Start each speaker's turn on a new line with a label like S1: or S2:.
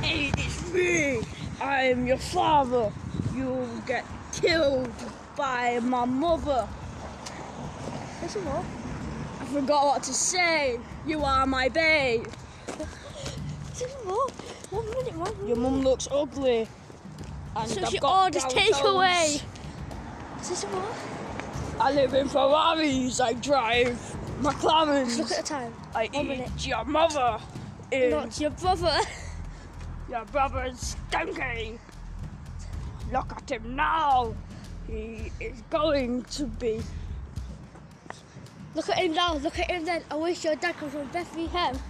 S1: Hey, it's me. I am your father. You'll get killed by my mother.
S2: That's a lot.
S1: I forgot what to say. You are my babe.
S2: That's a lot. One minute, one minute.
S1: Your mum looks ugly. And
S2: So
S1: I've
S2: she
S1: got
S2: orders
S1: Down
S2: takeaway.
S1: Jones.
S2: That's a lot.
S1: I live in Ferraris. I drive
S2: Just look at the
S1: McLarens.
S2: time.
S1: I
S2: One
S1: eat
S2: minute.
S1: your mother. In
S2: Not your brother.
S1: Your brother's stinky. Look at him now. He is going to be
S2: Look at him now. Look at him then. I wish your dad comes from Bethlehem.